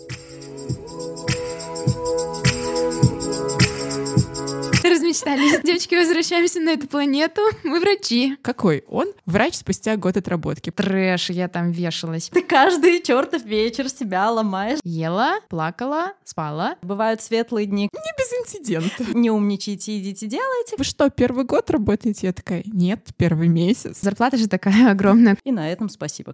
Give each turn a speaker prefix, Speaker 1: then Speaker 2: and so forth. Speaker 1: Остались девочки, возвращаемся на эту планету. Мы врачи.
Speaker 2: Какой он? Врач спустя год отработки. Ну,
Speaker 1: Трэш, я там вешалась.
Speaker 3: Ты каждый чертов вечер себя ломаешь.
Speaker 1: Ела, плакала, спала.
Speaker 3: Бывают светлые дни.
Speaker 2: Не без инцидента.
Speaker 3: Не умничайте, идите делайте.
Speaker 2: Вы что, первый год работаете? Я такая, нет, первый месяц.
Speaker 1: Зарплата же такая огромная.
Speaker 3: И на этом спасибо.